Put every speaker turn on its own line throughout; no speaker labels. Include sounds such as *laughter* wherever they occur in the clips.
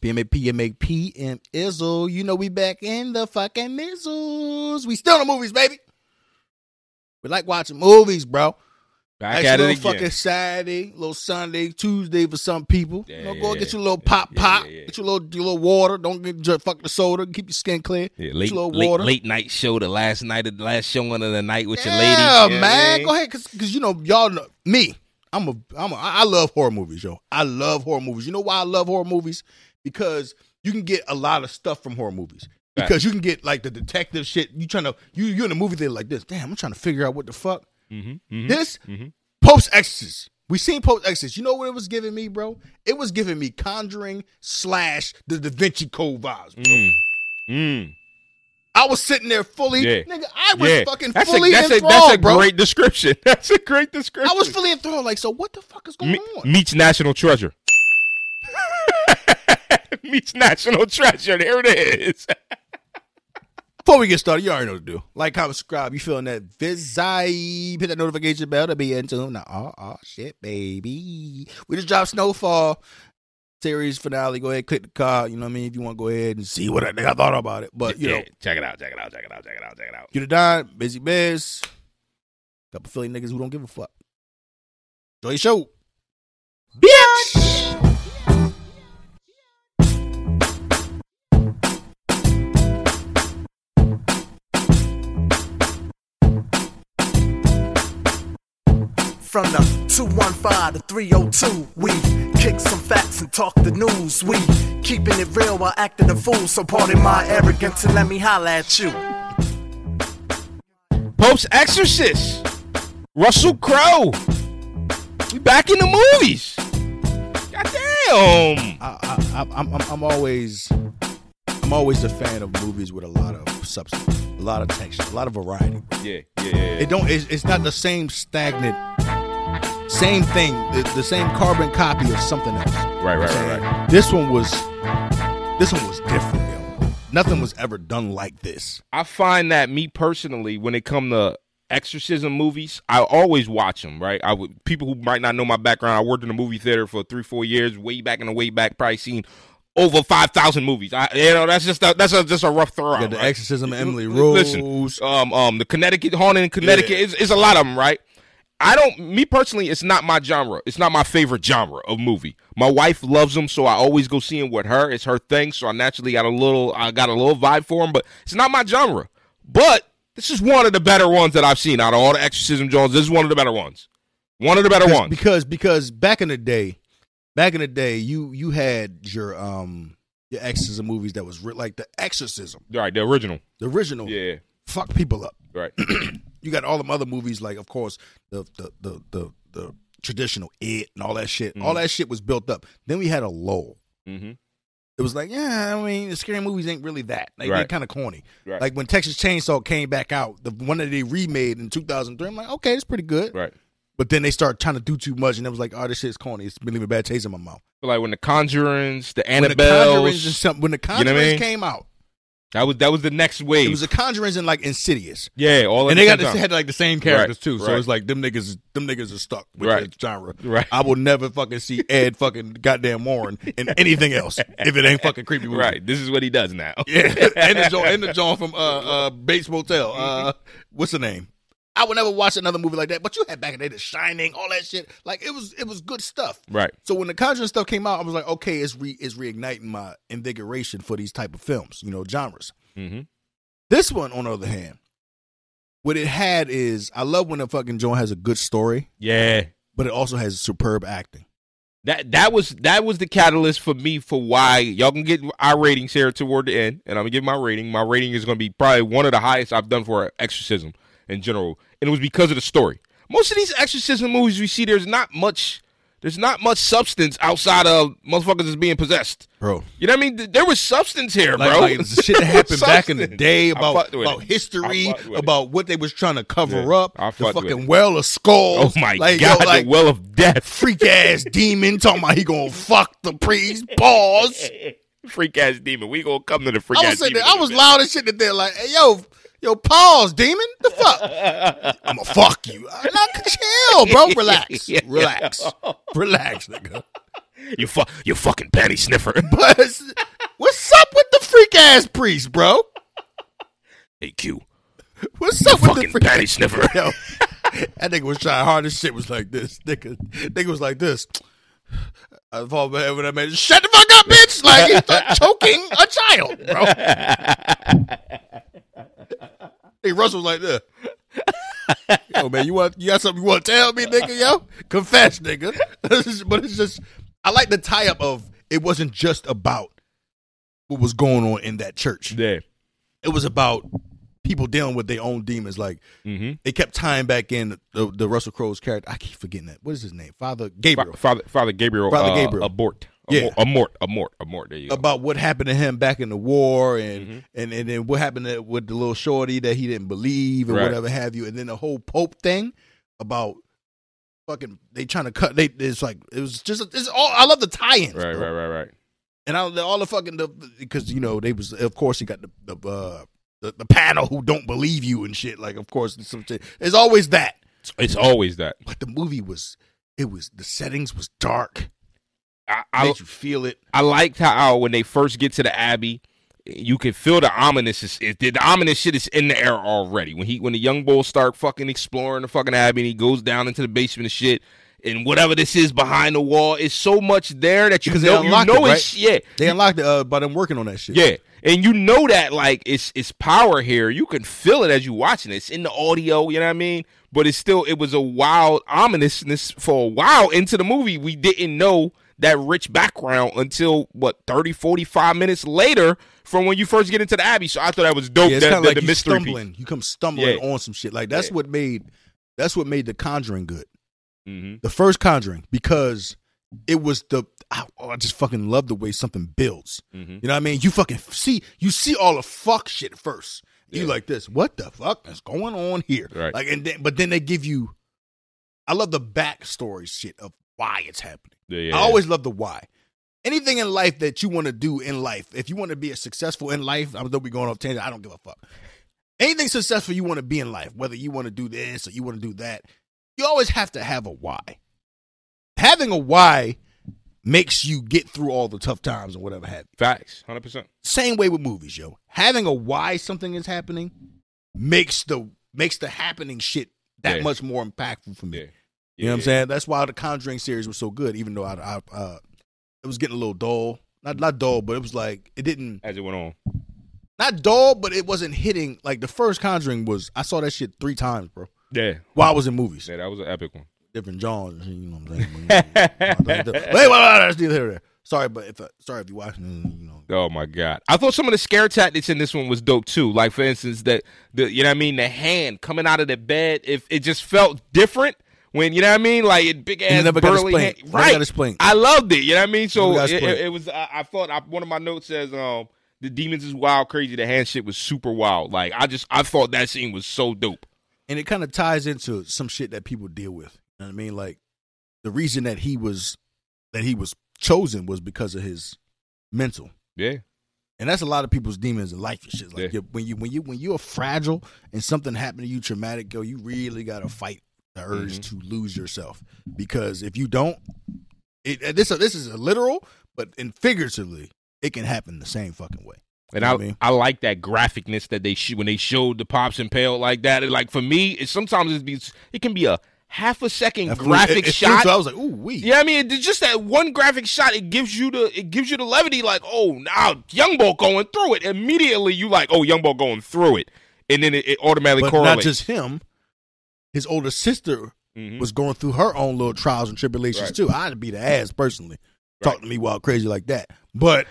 PMAP, MAP, and Izzle. You know we back in the fucking mizzles. We still in the movies, baby. We like watching movies, bro.
Back
Nice
at
little
it again.
fucking Saturday, little Sunday, Tuesday for some people.
Yeah,
you know,
yeah,
go
yeah.
get your little pop
Yeah,
pop,
yeah, yeah.
get your little your little water. Don't get just fuck the soda. Keep your skin clear.
Yeah,
Get
late,
your little
late,
water.
late night show, the last night of the last show of the night with your lady.
yeah,
You know what I
man.
mean?
Go ahead, cause, 'cause you know y'all know me. I'm a I'm a I love horror movies, yo. I love horror movies. You know why I love horror movies? Because you can get a lot of stuff from horror movies.
Right.
Because you can get like the detective shit. You trying to you you in a movie theater like this. Damn, I'm trying to figure out what the fuck.
Mm-hmm,
This post exorcist. We seen post exorcist. You know what it was giving me, bro? It was giving me Conjuring slash the Da Vinci Code vibes. Bro.
Mm.
I was sitting there fully,
Yeah.
nigga. I was
yeah.
fucking
that's
fully
a, that's
enthralled,
a, that's a
bro.
great description. *laughs* That's a great description.
I was fully enthralled. Like, so what the fuck is going
Me-
on?
meets National Treasure. *laughs* meets National Treasure. There it is.
Before we get started, you already know what to do. Like, comment, subscribe. You feeling that vibe? Hit that notification bell to be in tune. Now, oh, oh, shit, baby. We just dropped Snowfall series finale. Go ahead, click the card. You know what I mean? If you want to go ahead and see what I, think I thought about it, *laughs* but you
yeah,
know,
check it out. Check it out. Check it out. Check it out. Check it out.
you the Don, busy biz. Couple Philly niggas who don't give a fuck. Enjoy your show.
From the 215 to 302, we kick some facts and talk the news. We keeping it real while acting a fool. So pardon my arrogance and let me holla at you.
Post Exorcist. Russell Crowe. We back in the movies.
I,
Goddamn.
I, I, I'm, I'm, I'm always, I'm always a fan of movies with a lot of substance, a lot of texture, a lot of variety.
Yeah, yeah, yeah.
It don't. It's, it's not the same stagnant, same thing, the, the same carbon copy of something else.
Right, right,
Okay?
right, right.
This one was, this one was different. Yo. Nothing was ever done like this.
I find that me personally, when it come to exorcism movies, I always watch them. Right, I would people who might not know my background. I worked in a movie theater for three, four years, way back in the way back. Probably seen over five thousand movies. I, you know, that's just a, that's a, just a rough throw.
Yeah, the Exorcism of Emily Rose.
Listen, um, um, the Connecticut haunting in Connecticut.
Yeah.
It's, it's a lot of them, right? I don't. Me personally, it's not my genre. It's not my favorite genre of movie. My wife loves them, so I always go see 'em with her. It's her thing, so I naturally got a little. I got a little vibe for them, but it's not my genre. But this is one of the better ones that I've seen out of all the Exorcism Jones. This is one of the better ones. One of the better ones.
Because because back in the day, back in the day, you you had your um your Exorcism movies that was re- like the Exorcism,
right, the original.
the original.
Yeah.
Fuck people up. *clears throat*
Right.
you got all them other movies like of course the the the the, the traditional it and all that shit all
Mm.
that shit was built up then we had a lull
hmm
it was like yeah i mean the scary movies ain't really that like they're
Right.
kind of corny
Right.
like when texas chainsaw came back out the one that they remade in 2003 i'm like okay it's pretty good
Right.
but then they started trying to do too much and it was like oh this shit's corny it's been leaving bad taste in my mouth
Like when the Conjurings, the
when the
Annabelles.
conjurings, and some, when the
know what I
conjurings
mean?
came out
that was that was the next
it
wave.
was the conjurings and like insidious
yeah, all at
and
the
they got
same
this,
time.
had like the same characters
Right,
too, so
right.
it's like them niggas, them niggas are stuck with
Right.
their genre.
Right.
I will never fucking see Ed *laughs* fucking goddamn Warren in anything else if it ain't fucking creepy movie.
Right. This is what he does now.
Yeah. *laughs* and the John, and the John from uh, uh, Bates Motel. Uh, what's the name? I would never watch another movie like that. But you had back in the day, The Shining, all that shit. Like it was, it was good stuff.
*laughs* Right.
So when the Conjuring stuff came out, I was like, okay, it's re, it's reigniting my invigoration for these type of films, you know, genres.
Mm-hmm.
This one, on the other hand, what it had is I love when a fucking joint has a good story,
Yeah.
but it also has superb acting.
That that was that was the catalyst for me for why y'all can get our ratings here toward the end, and I'm gonna give my rating. My rating is gonna be probably one of the highest I've done for exorcism in general, and it was because of the story. Most of these exorcism movies we see, there's not much, there's not much substance outside of motherfuckers is being possessed.
Bro.
You know what I mean? Th- There was substance here,
Like,
bro.
like it's the shit that *laughs* happened back in the
Substance.
day
I
about,
fucked with
about
it.
history,
I fucked with it.
about what they was trying to cover
Yeah,
up,
I
the
fucked with
fucking
it.
well of skulls.
*laughs* Oh my
*laughs* like, yo,
god,
like
the well of death. *laughs*
freak ass demon talking about he gonna fuck the priest. Pause.
Freak ass demon. We gonna come to the freak
I
ass
was sitting
demon.
there, I
in a
was
minute.
loud as shit that they're like, hey, yo, yo, pause, demon. The fuck? I'ma fuck you. I'm not chill, bro. Relax. Relax. Relax, nigga.
you fu- you fucking penny sniffer. *laughs*
But what's up with the freak ass priest, bro?
hey Q,
What's up with the
fucking
freak?
penny sniffer.
Yo, *laughs* that nigga was trying hard. This shit was like this. Nigga, nigga was like this. I've all been ever made. Shut the fuck up, bitch! Like he's like choking a child, bro. hey, Russell was like this. Yo, man, you want you got something you want to tell me, nigga? Yo, confess, nigga. *laughs* but it's just, I like the tie up of it wasn't just about what was going on in that church.
*laughs* yeah.
It was about people dealing with their own demons, like
Mm-hmm.
they kept tying back in the, the Russell Crowe's character. I keep forgetting that. What is his name? Father Gabriel.
Father Father Gabriel.
Father
uh,
Gabriel.
Abort.
Yeah.
Amort. Amort. Amort. There you go.
about what happened to him back in the war and
Mhm.
and, and then what happened to, with the little shorty that he didn't believe and
Right.
whatever have you. And then the whole Pope thing about fucking they trying to cut they it's like it was just it's all I love the tie-ins.
right.
bro.
Right. Right. Right.
And I, all the fucking the because you know they was of course he got the the, uh, the the panel who don't believe you and shit like of course some shit. There's always that.
It's, it's always that.
but the movie was it was the settings was dark.
I,
I
I,
made you feel it.
I liked how when they first get to the Abbey, you can feel the ominous. Is, it, the ominous shit is in the air already. When he when the young boy start fucking exploring the fucking Abbey, and he goes down into the basement and shit, and whatever this is behind the wall, it's so much there that you
Because they
know you
unlocked
know
it,
it's yeah
They unlocked it uh, by them working on that shit.
yeah. And you know that like it's it's power here. You can feel it as you watching it. It's in the audio, you know what I mean? But it's still it was a wild ominousness for a while into the movie. We didn't know that rich background until what 30 45 minutes later from when you first get into the abbey. So I thought that was dope.
Yeah, it's
that,
kind of
that
like
the
you
mystery
stumbling. You come stumbling
Yeah.
on some shit. Like that's
Yeah.
what made that's what made the Conjuring good.
hmm
The first Conjuring because it was the I, oh, I just fucking love the way something builds.
Mhm.
You know what I mean? You fucking see you see all the fuck shit first. You
Yeah.
like this? What the fuck is going on here?
Right.
Like and then but then they give you. I love the backstory shit of why it's happening.
Yeah, yeah,
I always love the why. Anything in life that you want to do in life, if you want to be a successful in life, I'm gonna be going off tangent. I don't give a fuck. Anything successful you want to be in life, whether you want to do this or you want to do that, you always have to have a why. Having a why makes you get through all the tough times and whatever have you.
facts. 100%.
Same way with movies, yo. Having a why something is happening makes the makes the happening shit that
Yeah.
much more impactful for me.
Yeah.
You know what I'm saying? That's why the Conjuring series was so good, even though I, I uh, it was getting a little dull. Not not dull, but it was like it didn't
As it went on.
not dull, but it wasn't hitting like the first Conjuring was. I saw that shit three times, bro.
Yeah.
While I was in movies,
Yeah, that was an epic one.
different genres. You know *laughs* what I'm saying? but hey, wait, wait, wait, that's neither here nor there. Sorry, but if uh, sorry if you watching, you know,
Oh my god! I thought some of the scare tactics in this one was dope too. Like for instance, that the you know what I mean, the hand coming out of the bed. If it just felt different when you know what I mean, like it big ass
never got
burly
explained.
hand.
Never
Right,
got explained.
I loved it. You know what I mean. So
Never got
it, it,
explained.
it was. I, I thought I, one of my notes says, um, the demons is wild, crazy. The hand shit was super wild. Like I just I thought that scene was so dope.
and it kind of ties into some shit that people deal with. You know what I mean? Like the reason that he was that he was chosen was because of his mental.
Yeah,
And that's a lot of people's demons in life and shit. Like
Yeah.
you- when you when you when you're fragile and something happened to you traumatic, yo, you really gotta fight the urge
Mm-hmm.
to lose yourself because if you don't, it and this this is a literal, but in figuratively, it can happen the same fucking way. You
and
know
I
what I mean?
I like that graphicness that they sh- when they showed the pops and pale like that. It, like for me, it sometimes it be it can be a half a second
That flew-
graphic
it- it flew,
shot.
So I was like, ooh, we.
Yeah, I mean, it's just that one graphic shot. It gives you the it gives you the levity. Like, oh, now Young Boy going through it immediately. You like, oh, Young Boy going through it, and then it, it automatically
but
correlates.
not just him. His older sister
Mhm.
was going through her own little trials and tribulations
Right.
too. I'd be the ass personally. Talk to me while crazy like that, but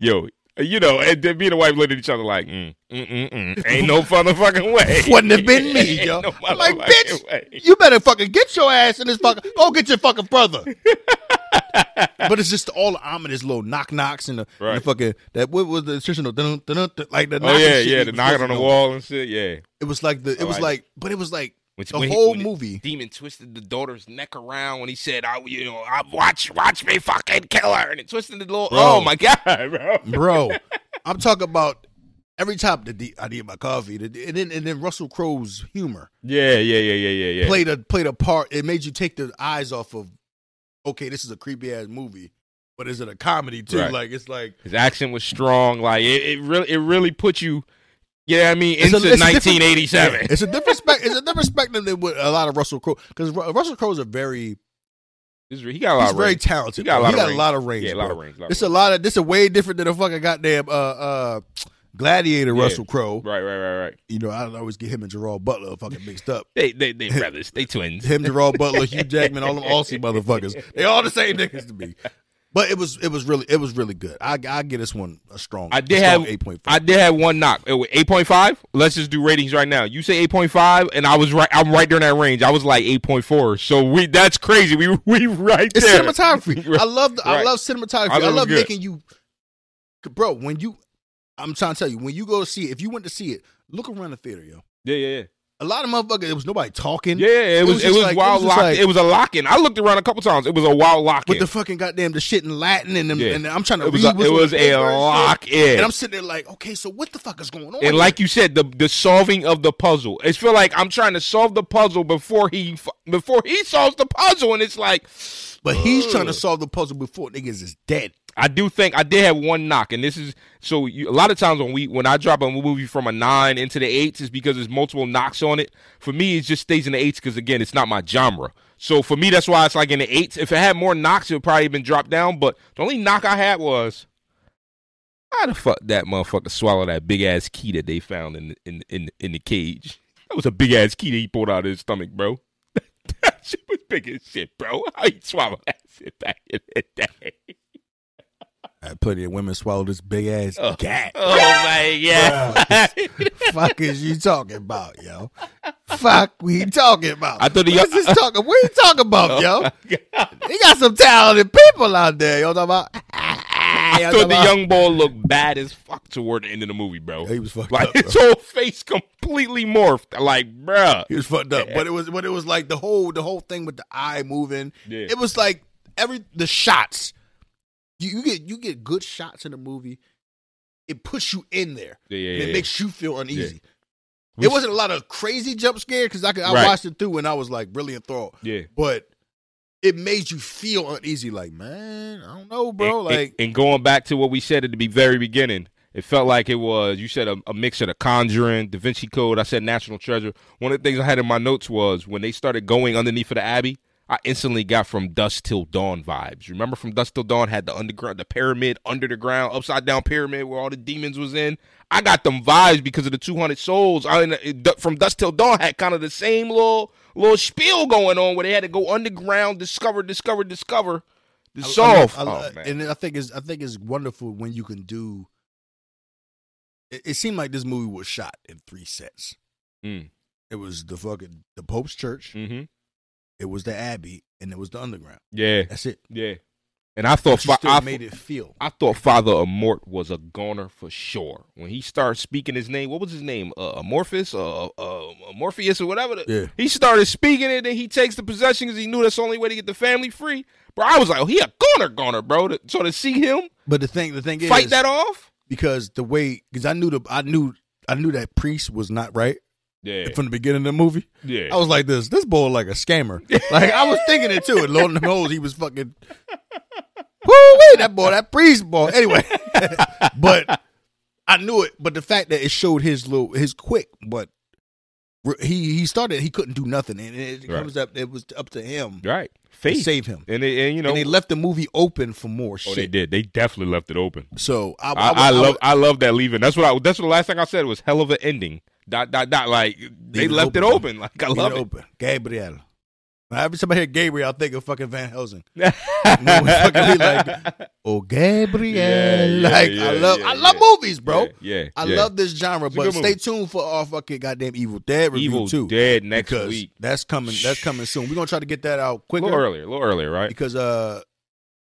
yo, you know, and then me and the wife looked at each other like, mm, mm, mm, mm. ain't no motherfucking *laughs* way.
*laughs* wouldn't have been me,
Ain't
yo.
no
I'm like,
motherfucking
bitch,
way.
you better fucking get your ass in this fucking. Go get your fucking
*laughs*
brother. but it's just all the ominous little knock knocks and the, and the
Right.
fucking that what was the traditional dun, dun, dun, dun, like the
Oh
knocking
yeah,
shit
yeah,
you
the
was
knocking on
supposed
the
to know.
wall and shit, yeah.
It was like the it
I
was
like
like, but it was like
Which-
the
when he-
whole
when
movie.
demon twisted the daughter's neck around when he said, "I, you know, I watch, watch me fucking kill her," and it twisted the little.
Bro.
Oh my god, bro!
bro. I'm talking about every time the D- I need my coffee, the, and then and then Russell Crowe's humor
Yeah, yeah, yeah, yeah, yeah, yeah.
played a played a part. It made you take the eyes off of okay, this is a creepy ass movie, but is it a comedy too?
Right.
Like it's like
His accent was strong. Like it, it really, it really put you. Yeah, I mean,
It's
into
a- it's a different-
1987.
Yeah, it's a different spec. It's a different perspective than with a lot of Russell Crowe because Russell Crowe's a very
He's- he got a lot.
he's
of
very
range.
talented.
He got a
bro.
lot
He
of
got a
range.
lot of range.
Yeah, a lot
bro.
of range. lot of
It's a lot of this is way different than a fucking goddamn uh uh gladiator
Yeah.
Russell Crowe.
range. Right, right, right, right.
You know, I always get him and Gerald Butler fucking mixed up.
They, they, *laughs* they brothers. They twins.
Him, Gerald Butler, Hugh Jackman, all them Aussie motherfuckers. They all the same niggas to me. But it was it was really it was really good. I I give this one a strong.
I did
a strong
have-
eight point
I
five.
did have one knock. It was 8.5. Let's just do ratings right now. You say 8.5, and I was right. I'm right there in that range. I was like 8.4. So we that's crazy. We *laughs* we right
It's
there.
cinematography.
*laughs* Right.
I love the, I
Right.
love cinematography.
I
I,
thought it was
love
good.
making you, bro. When you, I'm trying to tell you, when you go to see it, if you went to see it, look around the theater, yo.
Yeah, yeah, yeah.
A lot of motherfuckers. There was nobody talking.
Yeah, yeah, it was
was
it
just
was,
like- it
wild
was
lock.
just like-
it was a lock in. I looked around a couple times. It was a wild lock
With
in.
the fucking goddamn the shit in Latin and, them,
Yeah.
and I'm trying to
It was
read
a,
what's
it
on the
was a
paper and shit.
lock in.
And I'm sitting there like, okay, so what the fuck is going on?
And like you said, the the solving of the puzzle. It's feel like I'm trying to solve the puzzle before he f- before he solves the puzzle, and it's like
but he's trying to
Ugh.
solve the puzzle before niggas is dead.
I do think I did have one knock, and this is so. You, a lot of times when we when I drop a movie from a nine into the eights, is because there's multiple knocks on it. For me, it just stays in the eights because again, it's not my genre. So for me, that's why it's like in the eights. If it had more knocks, it would probably been dropped down. But the only knock I had was how the fuck that motherfucker swallowed that big ass key that they found in in in in the cage. *laughs* That was a big ass key that he pulled out of his stomach, bro. *laughs* that shit was big as shit, bro. *laughs* How he swallowed that shit back in the day?
I had plenty of women swallow this big ass cat.
Oh my god!
*laughs*
*laughs*
fuck is you talking about, yo? Fuck we talking about?
I thought the-
what is this talking? What are you talking
*laughs* Oh,
about, yo? They got some talented people out there. Yo, talking about. *laughs*
I thought the *laughs* young boy looked bad as fuck toward the end of the movie, bro.
He was fucked *laughs*
like
up.
*laughs* his
bro.
whole face completely morphed. Like, bruh.
He was fucked up, but it was but it was like the whole the whole thing with the eye moving.
Yeah.
It was like every the shots. You, you get you get good shots in the movie. It puts you in there.
Yeah, yeah,
and
yeah,
it
yeah.
makes you feel uneasy.
We
It
sh-
wasn't a lot of crazy jump scare because I could, I
Right.
watched it through and I was like really enthralled.
Yeah.
but it made you feel uneasy. Like man, I don't know, bro.
and, and-
like
and going back to what we said at the be- very beginning, it felt like it was you said a, a mix of The Conjuring, Da Vinci Code. I said National Treasure. One of the things I had in my notes was when they started going underneath of the Abbey. I instantly got from Dust Till Dawn vibes. Remember from Dust Till Dawn had the underground, the pyramid under the ground, upside down pyramid where all the demons was in. I got them vibes because of the two hundred souls. I uh, it- du- from Dust Till Dawn had kind of the same little little spiel going on where they had to go underground, discover, discover, discover, to
I- I
solve.
love- I-
oh, man.
and I think it's I think it's wonderful when you can do. It, it seemed like this movie was shot in three sets.
Mm.
It was the fucking the Pope's Church.
Mm-hmm.
It was the Abbey, and it was the Underground.
Yeah,
That's it.
yeah. And I thought
But you
fa-
still
Oh, I,
made it feel.
I thought Father Amort was a goner for sure. When he started speaking his name, what was his name? Uh, Amorphous, uh, uh, Morpheus, or whatever. the-
Yeah.
He started speaking it, and he takes the possession because he knew that's the only way to get the family free. Bro, I was like, oh, he a goner, goner, bro. To- So to see him
But the thing, the thing is,
fight that off.
because the way because I knew the I knew I knew that priest was not right
Yeah,
from the beginning of the movie.
yeah.
I was like this this boy like a scammer. Like I was thinking it too, and Lord knows he was fucking. *laughs* Woo wee that boy that priest boy. Anyway, *laughs* but I knew it. But the fact that it showed his little his quick, but re- he he started he couldn't do nothing, and it
Right.
comes up it was up to him
right.
to
Faith.
save him.
And, they, and you know,
And they left the movie open for more
oh,
shit.
they did. They definitely left it open.
So I,
I,
would-
I,
would-
love I love that leaving. That's what I that's what the last thing I said was hell of an ending. Dot dot dot. Like they
Leave it
left it
open.
open. Like I
Leave
love
it
it.
open. Gabriel. Now, every time I hear Gabriel, I think of fucking Van
*laughs*
Helsing. *laughs* And then we fucking be like,
yeah,
oh Gabriel.
Yeah, yeah,
like
yeah,
I love,
yeah,
I love
yeah.
movies, bro.
yeah.
I
yeah.
love this genre,
It's a
but
good
stay
movie.
tuned for our fucking goddamn Evil Dead review
Evil
too,
Dead next
because
week.
that's coming. That's coming soon. We're gonna try to get that out
A
quicker
little earlier, a little earlier, right?
because uh,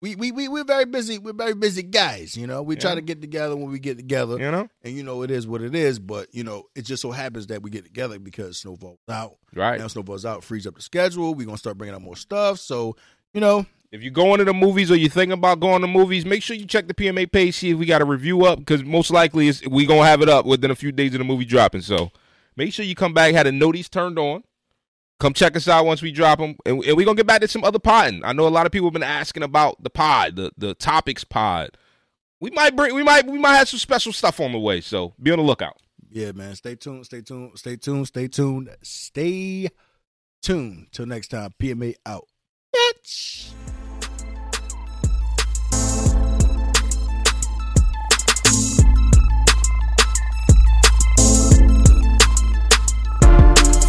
we we we we're very busy. We're very busy guys. You know, we try
Yeah.
to get together when we get together,
You know,
and you know it is what it is. But you know, it just so happens that we get together because Snowball's out.
right?
Now Snowball's out, frees up the schedule. We're gonna start bringing out more stuff. So you know,
If you're going to the movies or you're thinking about going to movies, make sure you check the PMA page, see if we got a review up, because most likely it's, we gonna have it up within a few days of the movie dropping. So make sure you come back, had the notice turned on, Come check us out once we drop them, and, and we're gonna get back to some other potting. I know a lot of people have been asking about the pod, the the topics pod. We might bring, we might, we might have some special stuff on the way. So be on the lookout.
Yeah, man. Stay tuned. Stay tuned. Stay tuned. Stay tuned. Stay tuned. Till next time. PMA out. Bitch.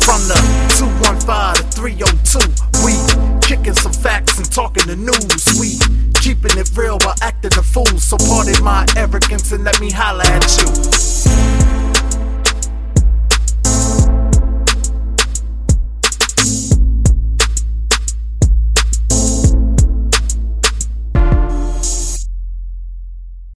From the 215 to 302, we kicking some facts and talking the news. We keeping it real while acting a fool. So pardon my arrogance and let me holla at you.